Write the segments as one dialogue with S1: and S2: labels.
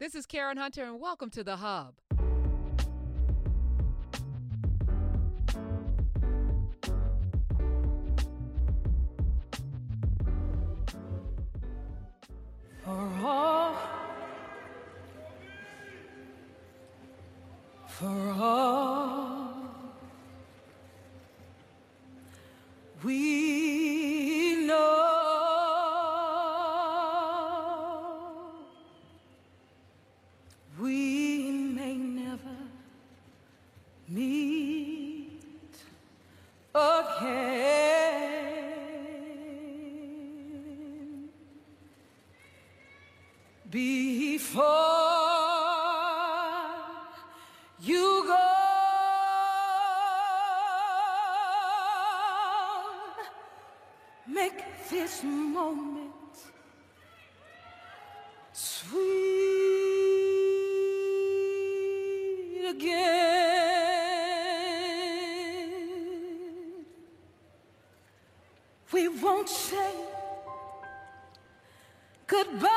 S1: This is Karen Hunter, and welcome to The Hub.
S2: For all, for all we know, we may never meet again before you go. Make this moment sweet again. We won't say goodbye.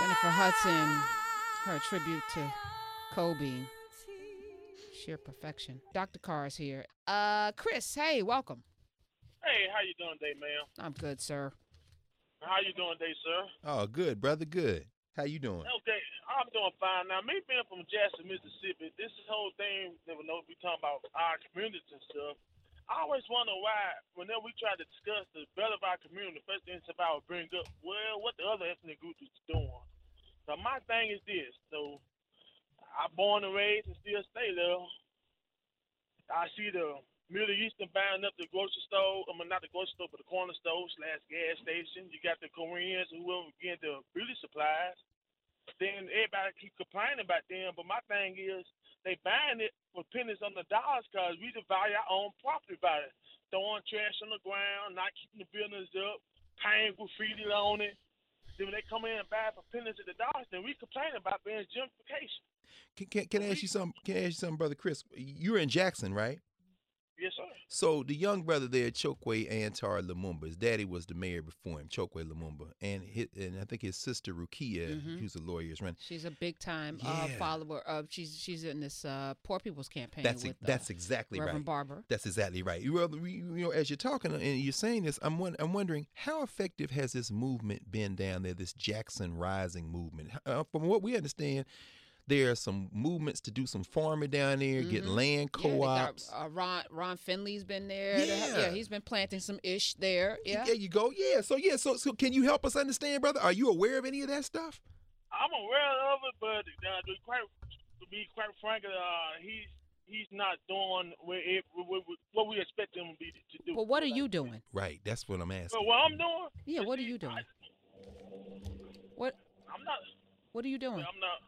S1: Jennifer Hudson, her tribute to Kobe, sheer perfection. Dr. Carr is here. Uh, Chris, hey, welcome.
S3: Hey, how you doing today, ma'am?
S1: I'm good, sir.
S3: How you doing today, sir?
S4: Oh, good, brother. Good. How you doing?
S3: Okay, I'm doing fine. Now, me being from Jackson, Mississippi, this whole thing that we know we talking about our communities and stuff. I always wonder why whenever we try to discuss the value of our community, the first thing somebody will bring up, well, what the other ethnic group is doing. So my thing is this. So I born and raised and still stay there. I see the Middle Eastern buying up the grocery store. I mean, not the grocery store, but the corner store slash gas station. You got the Koreans who whoever getting the beauty supplies. Then everybody keep complaining about them, but my thing is they buying it for pennies on the dollars because we devalue our own property by it. throwing trash on the ground, not keeping the buildings up, painting graffiti on it. Then when they come in and buy it for pennies at the dollars, then we complain about being gentrification.
S4: Can, can, can I ask you something? Can I ask you something, brother Chris? You're in Jackson, right?
S3: Yes, sir.
S4: So the young brother there, Chokwe Antar Lumumba, his daddy was the mayor before him, Chokwe Lumumba, and his, and I think his sister Rukia,
S1: Mhm.
S4: who's a lawyer, is running.
S1: She's a big time uh,
S4: Yeah.
S1: follower of. She's she's in this uh, poor people's campaign.
S4: That's
S1: with,
S4: it.
S1: uh,
S4: that's exactly
S1: Reverend
S4: right.
S1: Barber.
S4: That's exactly right. You, you you know, as you're talking and you're saying this, I'm won- I'm wondering how effective has this movement been down there, this Jackson Rising movement. Uh, from what we understand, there are some movements to do some farming down there, get
S1: Mhm.
S4: land
S1: Yeah, they got,
S4: co-ops.
S1: uh, Ron Ron Finley's been there. They have-
S4: Yeah.
S1: yeah, he's been planting some ish there. Yeah.
S4: There you go. Yeah. So yeah. So so can you help us understand, brother? Are you aware of any of that stuff?
S3: I'm aware of it, but uh, to, be quite, to be quite frank, uh, he's he's not doing what, it, what we- what we expect him to be to do.
S1: Well, what are you doing?
S4: Right. That's what I'm asking.
S3: But what I'm doing,
S1: Yeah, what are you doing? What
S3: I'm not.
S1: What are you doing?
S3: I'm not.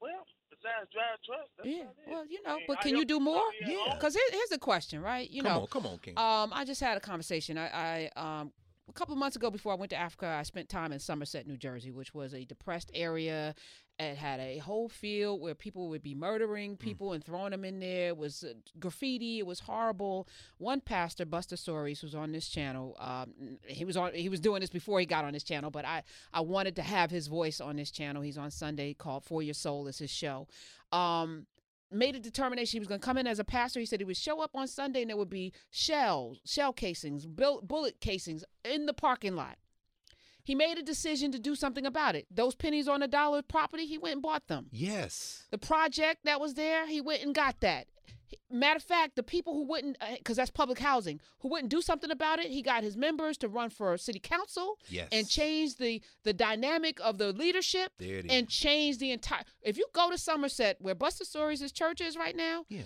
S3: Well, besides drive trust, that's
S1: Yeah.
S3: about it.
S1: Well, you know,
S3: mean,
S1: but
S3: I
S1: can you
S3: help
S1: do more?
S3: somebody else.
S1: Because here, here's the question, right? You
S4: come
S1: know,
S4: on, come on, King.
S1: Um, I just had a conversation. I, I um, a couple of months ago, before I went to Africa, I spent time in Somerset, New Jersey, which was a depressed area. It had a whole field where people would be murdering people and throwing them in there. It was uh, graffiti. It was horrible. One pastor, Buster Sories, who's on this channel. Um, n- he was on. He was doing this before he got on this channel, but I I wanted to have his voice on this channel. He's on Sunday called For Your Soul is his show. Um, made a determination he was going to come in as a pastor. He said he would show up on Sunday and there would be shells, shell casings, bull- bullet casings in the parking lot. He made a decision to do something about it. Those pennies on the dollar property, he went and bought them.
S4: yes.
S1: The project that was there, he went and got that. He- Matter of fact, the people who wouldn't, because that's public housing, who wouldn't do something about it, he got his members to run for city council
S4: Yes.
S1: and change the the dynamic of the leadership
S4: There it is.
S1: and change the entire. If you go to Somerset, where Buster Stories' church is right now,
S4: yeah.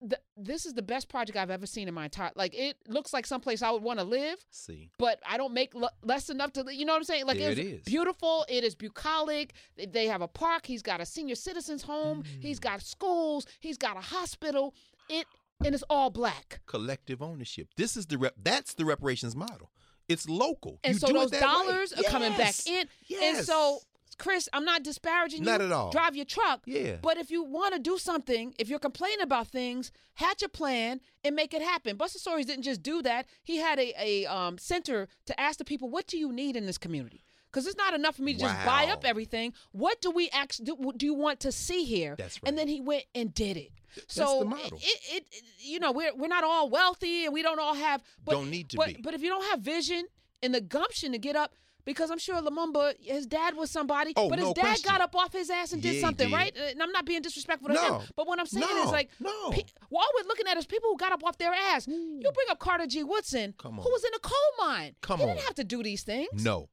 S1: th- this is the best project I've ever seen in my entire. Like it looks like someplace I would want to live,
S4: See.
S1: but I don't make l- less enough to. li- You know what I'm saying? Like
S4: There
S1: it's
S4: it is.
S1: beautiful. It is bucolic. They- They have a park. He's got a senior citizens home.
S4: Mm.
S1: He's got schools. He's got a hospital. It and it's all black.
S4: Collective ownership. This is the rep. That's the reparations model. It's local.
S1: And
S4: You
S1: so
S4: do it
S1: those
S4: that way.
S1: dollars are coming back
S4: Yes.
S1: in.
S4: Yes.
S1: And so, Chris, I'm not disparaging you.
S4: Not at all.
S1: Drive your truck.
S4: Yeah.
S1: But if you want to do something, if you're complaining about things, hatch a plan and make it happen. Buster Stories didn't just do that. He had a, a um, center to ask the people, what do you need in this community? Because it's not enough for me to just buy up
S4: Wow.
S1: everything. What do we actually do, do you want to see here?
S4: That's
S1: And
S4: right.
S1: then he went and did it. so
S4: the model.
S1: It, it, it- you know, we're we're not all wealthy and we don't all have but,
S4: Don't need to
S1: but,
S4: be.
S1: But if you don't have vision and the gumption to get up, because I'm sure Lumumba, his dad was somebody,
S4: Oh,
S1: but his
S4: no
S1: dad
S4: question.
S1: got up off his ass and
S4: Yeah,
S1: did
S4: he
S1: something,
S4: did.
S1: right? And I'm not being disrespectful to
S4: No.
S1: him, but what I'm saying is
S4: No,
S1: like,
S4: no. Hmm.
S1: pe- well, all we're looking at is people who got up off their ass. You bring up Carter G. Woodson,
S4: Come
S1: who
S4: on.
S1: was in a coal mine.
S4: Come
S1: he didn't
S4: on.
S1: have to do these things.
S4: No,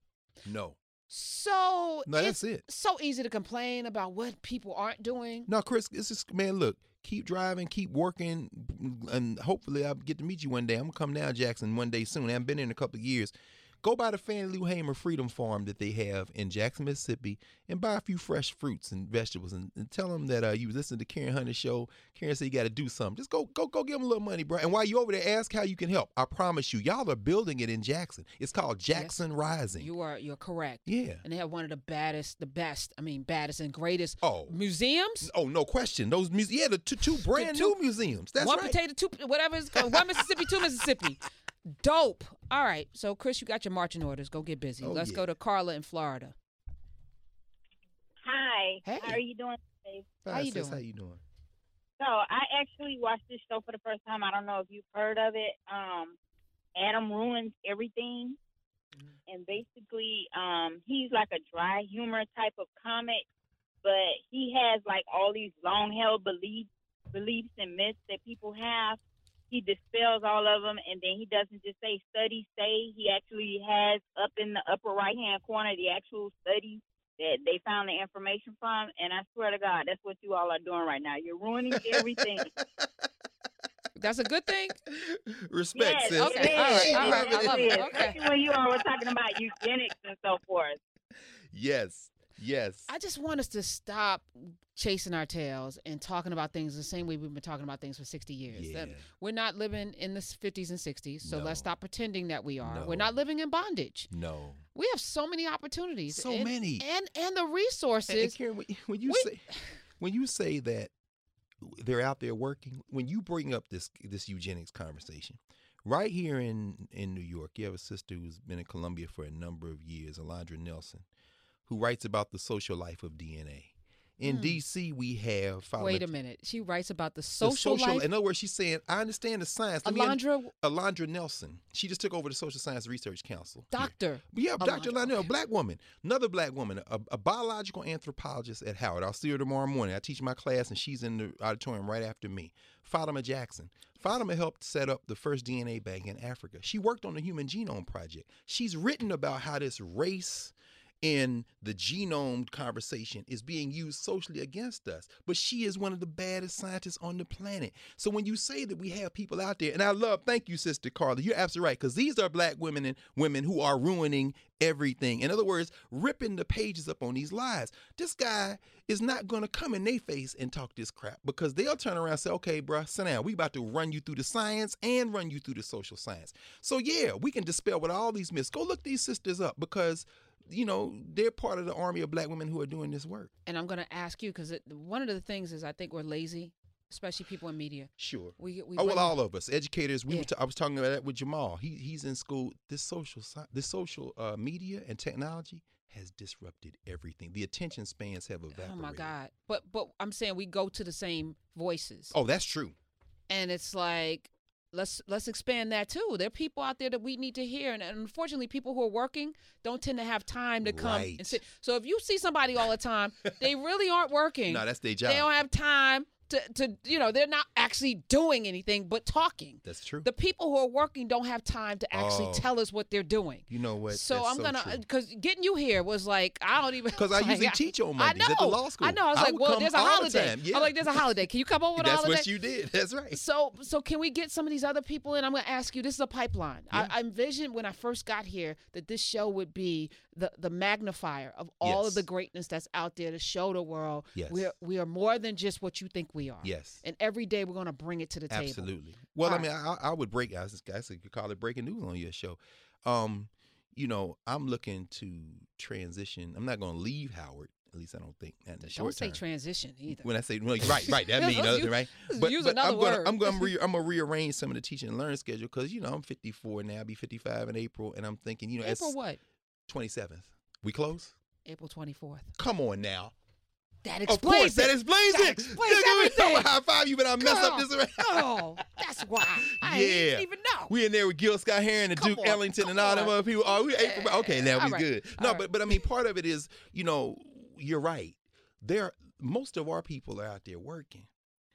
S4: no,
S1: So
S4: no.
S1: it's
S4: That's it.
S1: so easy to complain about what people aren't doing.
S4: No, Chris, it's just man. Look, keep driving, keep working, and hopefully I'll get to meet you one day. I'm gonna come down, Jackson, one day soon. I haven't been in a couple of years. Go by the Fannie Lou Hamer Freedom Farm that they have in Jackson, Mississippi, and buy a few fresh fruits and vegetables, and, and tell them that uh, you listened to Karen Hunter's show. Karen said you got to do something. Just go, go, go, give them a little money, bro. And while you over there, ask how you can help. I promise you, y'all are building it in Jackson. It's called Jackson Rising.
S1: You are you're correct.
S4: yeah.
S1: And they have one of the baddest, the best, I mean, baddest and greatest
S4: Oh.
S1: museums.
S4: Oh no question. Those muse- yeah, the two, two brand
S1: two-
S4: new museums. That's
S1: one
S4: right.
S1: potato, two whatever it's called. One Mississippi, two Mississippi. Dope. All right. So Chris, you got your marching orders. Go get busy.
S4: Oh,
S1: Let's
S4: yeah.
S1: go to Carla in Florida.
S5: Hi.
S1: Hey.
S5: How are you doing today?
S1: How you
S4: sis,
S1: doing?
S4: How you doing?
S5: So I actually watched this show for the first time. I don't know if you've heard of it. Um, Adam ruins everything, and basically, um, he's like a dry humor type of comic, but he has like all these long held beliefs, beliefs and myths that people have. He dispels all of them, and then he doesn't just say study say. He actually has up in the upper right hand corner the actual study that they found the information from, and I swear to God, that's what you all are doing right now. You're ruining everything.
S1: That's a good thing.
S4: Respect,
S5: yes,
S4: sis.
S1: Okay,
S5: it
S1: all right,
S5: is.
S1: all right, I love it.
S5: is.
S1: Okay.
S5: Especially when you all were talking about eugenics and so forth.
S4: Yes, yes.
S1: I just want us to stop chasing our tails and talking about things the same way we've been talking about things for 60 years. That-
S4: Yeah.
S1: We're not living in the 50s and 60s, so let's
S4: No.
S1: stop pretending that we are. We're
S4: No.
S1: not living in bondage.
S4: no.
S1: We have so many opportunities.
S4: So
S1: and-
S4: many.
S1: And and the
S4: And- and
S1: resources.
S4: Karen, when, when you
S1: we-
S4: say when you say that they're out there working, when you bring up this this eugenics conversation, right here in in New York, you have a sister who's been in Columbia for a number of years, Alondra Nelson, who writes about the social life of DNA. In D.C., we have
S1: Hmm. Wait a
S4: phylogen-
S1: minute. She writes about the
S4: the
S1: social, life.
S4: In other words, she's saying, I understand the science. Let me un-
S1: Alondra,
S4: Alondra Nelson. She just took over the Social Science Research Council. here.
S1: doctor.
S4: Yeah, Dr.
S1: Alondra,
S4: Lionel, a
S1: okay.
S4: black woman, another black woman, a, a biological anthropologist at Howard. I'll see her tomorrow morning. I teach my class, and she's in the auditorium right after me. Fatima Jackson. Fatima helped set up the first DNA bank in Africa. She worked on the Human Genome Project. She's written about how this race in the genome conversation is being used socially against us. But she is one of the baddest scientists on the planet. So when you say that we have people out there, and I love, thank you, Sister Carla, you're absolutely right, because these are black women and women who are ruining everything. In other words, ripping the pages up on these lies. This guy is not going to come in their face and talk this crap because they'll turn around and say, okay, bruh, sit down. We about to run you through the science and run you through the social science. So yeah, we can dispel with all these myths. Go look these sisters up because you know, they're part of the army of black women who are doing this work.
S1: And I'm going to ask you because one of the things is I think we're lazy, especially people in media.
S4: Sure.
S1: We, we
S4: oh well,
S1: bring-
S4: all of us educators. We
S1: Yeah.
S4: were ta- I was talking about that with Jamal. He he's in school. This social sci- this social uh, media and technology has disrupted everything. The attention spans have evaporated.
S1: Oh my God! But but I'm saying we go to the same voices,
S4: Oh, that's true.
S1: and it's like let's let's expand that too. There are people out there that we need to hear, and, and unfortunately, people who are working don't tend to have time to come and
S4: Right.
S1: sit. So if you see somebody all the time, they really aren't working.
S4: No, that's their job.
S1: they don't have time to to you know they're not actually doing anything but talking.
S4: that's true.
S1: The people who are working don't have time to actually
S4: Oh.
S1: tell us what they're doing.
S4: you know what?
S1: So I'm gonna uh, because getting you here was like I don't even
S4: 'Cause I
S1: like,
S4: usually
S1: I-
S4: teach on
S1: I
S4: Mondays at the
S1: know,
S4: law school.
S1: I know. I was
S4: I
S1: like,
S4: would
S1: well,
S4: come
S1: there's a
S4: all the
S1: holiday.
S4: time, yeah.
S1: I'm like, there's a holiday. Can you come over with a
S4: that's
S1: holiday?
S4: what you did. That's right.
S1: so so can we get some of these other people? And I'm gonna ask you. This is a pipeline. I, I envisioned when I first got here that this show would be the the magnifier of all of
S4: Yes.
S1: the greatness that's out there to show the world
S4: Yes.
S1: we're we are more than just what you think we are.
S4: Yes.
S1: And every day we're gonna bring it to the table.
S4: Absolutely. Well,
S1: All
S4: I mean, I, I would break. I was- I said you call it breaking news on your show. Um, you know, I'm looking to transition. I'm not going to leave Howard. At least I don't think. Not in the
S1: Don't
S4: short
S1: say
S4: term.
S1: transition either.
S4: When I say well, right, right, that means
S1: Let's
S4: another
S1: use-
S4: thing, right?
S1: let's
S4: But,
S1: use
S4: but
S1: another
S4: I'm gonna,
S1: word.
S4: I'm gonna, re- I'm gonna rearrange some of the teaching and learn schedule because you know I'm 54 now, I'll be 55 in April, and I'm thinking, you know,
S1: April
S4: as
S1: what?
S4: 27th, We close?
S1: April 24th.
S4: Come on now.
S1: That
S4: Of
S1: explains
S4: course,
S1: it.
S4: that explains
S1: That
S4: it.
S1: explains
S4: Nigga, we-
S1: everything.
S4: I would high five you, but I mess up
S1: Girl.
S4: this around.
S1: Oh, that's why. I
S4: Yeah.
S1: didn't even know.
S4: We in there with Gil Scott Heron and
S1: Come
S4: Duke
S1: on,
S4: Ellington
S1: come
S4: and all them
S1: on.
S4: other people. Oh, we April. Okay, now
S1: All
S4: we
S1: right,
S4: good.
S1: all
S4: No,
S1: right.
S4: but but I mean, part of it is you know you're right. There, most of our people are out there working.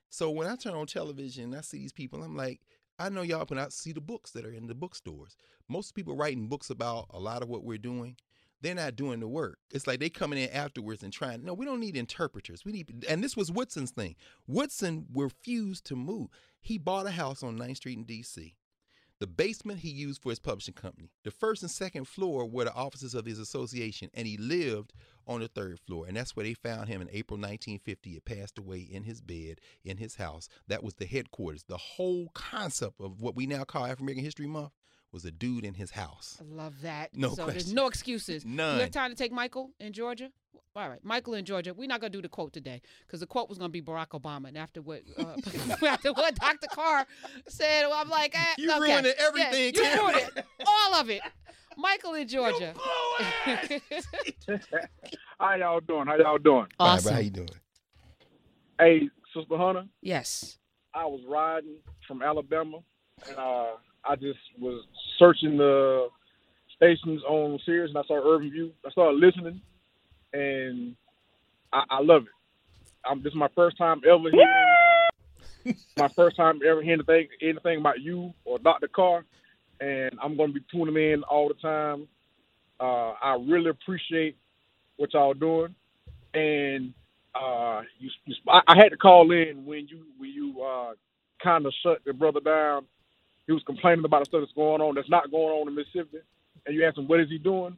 S4: So when I turn on television and I see these people, I'm like, I know y'all when I see the books that are in the bookstores. Most people writing books about a lot of what we're doing. They're not doing the work. It's like they coming in afterwards and trying. No, we don't need interpreters. We need, and this was Woodson's thing. Woodson refused to move. He bought a house on 9th Street in D.C. The basement he used for his publishing company. The first and second floor were the offices of his association, and he lived on the third floor. And that's where they found him in April 1950. He passed away in his bed in his house. That was the headquarters. The whole concept of what we now call African American History Month was a dude in his house.
S1: I love that.
S4: No
S1: so there's
S4: question.
S1: no excuses. We
S4: None.
S1: have time to take Michael in Georgia. All right, Michael in Georgia. We're not gonna do the quote today because the quote was gonna be Barack Obama, and after what uh, after what Dr. Carr said, I'm like, eh,
S4: You
S1: okay.
S4: ruined
S1: Yeah,
S4: everything,
S1: you
S4: Karen.
S1: ruined it, all of it. Michael in Georgia.
S3: How y'all doing? How y'all doing?
S4: Barbara,
S1: awesome.
S4: How you doing?
S3: Hey, Sister Hunter,
S1: Yes.
S3: I was riding from Alabama, and uh, I just was searching the stations on Sirius, and I saw Urban View. I started listening, and I, I love it. Um this is my first time ever hearing. my first time ever hearing anything, anything about you or Dr. Carr, and I'm going to be tuning in all the time. Uh, I really appreciate what y'all doing, and uh, you, you, I, I had to call in when you when you uh, kind of shut the brother down. He was complaining about the stuff that's going on that's not going on in Mississippi, and you asked him what is he doing.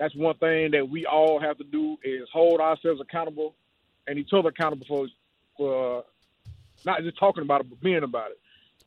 S3: That's one thing that we all have to do is hold ourselves accountable and each other accountable for for not just talking about it but being about it.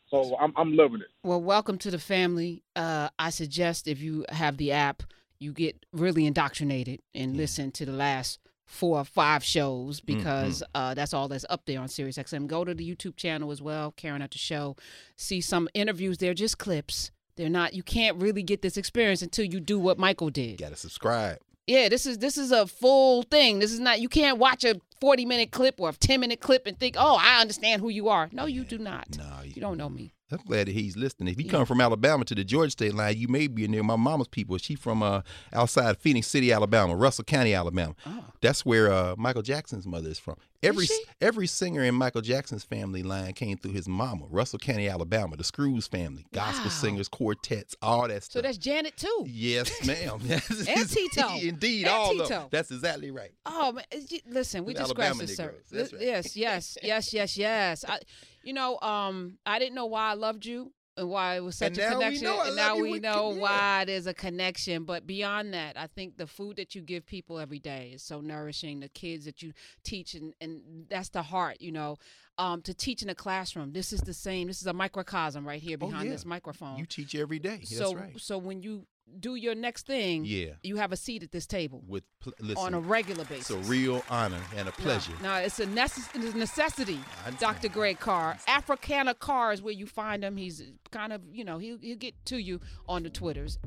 S3: So I'm I'm loving it.
S1: Well, welcome to the family. Uh, I suggest if you have the app, you get really indoctrinated and
S4: Yeah.
S1: listen to the last four or five shows because uh, that's all that's up there on Sirius XM. Go to the YouTube channel as well, Karen at the show. See some interviews. They're just clips. They're not. You can't really get this experience until you do what Michael did.
S4: Got to subscribe.
S1: Yeah, this is this is a full thing. This is not you can't watch a 40 minute clip or a 10 minute clip and think, "Oh, I understand who you are." No, you do not.
S4: Nah, you-
S1: You don't know me.
S4: I'm glad that he's listening. If you come from Alabama to the Georgia state line, you may be near my mama's people. She from uh, outside Phoenix City, Alabama, Russell County, Alabama.
S1: Oh.
S4: That's where uh, Michael Jackson's mother is from. Every
S1: she?
S4: every singer in Michael Jackson's family line came through his mama, Russell County, Alabama, the Screws family, gospel
S1: Wow.
S4: singers, quartets, all that
S1: So
S4: stuff.
S1: that's Janet too.
S4: yes, ma'am. and
S1: Tito.
S4: Indeed,
S1: And
S4: all of them.
S1: Tito.
S4: That's exactly right.
S1: Oh man, it's ju- listen, we
S4: With
S1: just
S4: Alabama
S1: scratched the surface.
S4: Negroes, that's
S1: Li-
S4: right.
S1: Yes, yes, yes, yes, yes. I, you know, um, I didn't know why I loved you and why it was such
S4: And
S1: a
S4: now we
S1: connection,
S4: know I
S1: and
S4: love
S1: now
S4: you
S1: we
S4: with-
S1: know
S4: yeah.
S1: why there's a connection. But beyond that, I think the food that you give people every day is so nourishing. The kids that you teach, and, and that's the heart, you know. Um, to teach in a classroom, this is the same. This is a microcosm right here
S4: Oh,
S1: behind
S4: yeah.
S1: this microphone.
S4: You teach every day.
S1: so,
S4: that's right.
S1: so when you do your next thing,
S4: Yeah.
S1: you have a seat at this table
S4: With pl- listen,
S1: on a regular basis.
S4: it's a real honor and a
S1: No,
S4: pleasure.
S1: No, it's a necess- it's a necessity.
S4: I understand.
S1: Dr. Greg Carr, Africana Carr is where you find him. He's kind of, you know, he'll, he'll get to you on the Twitters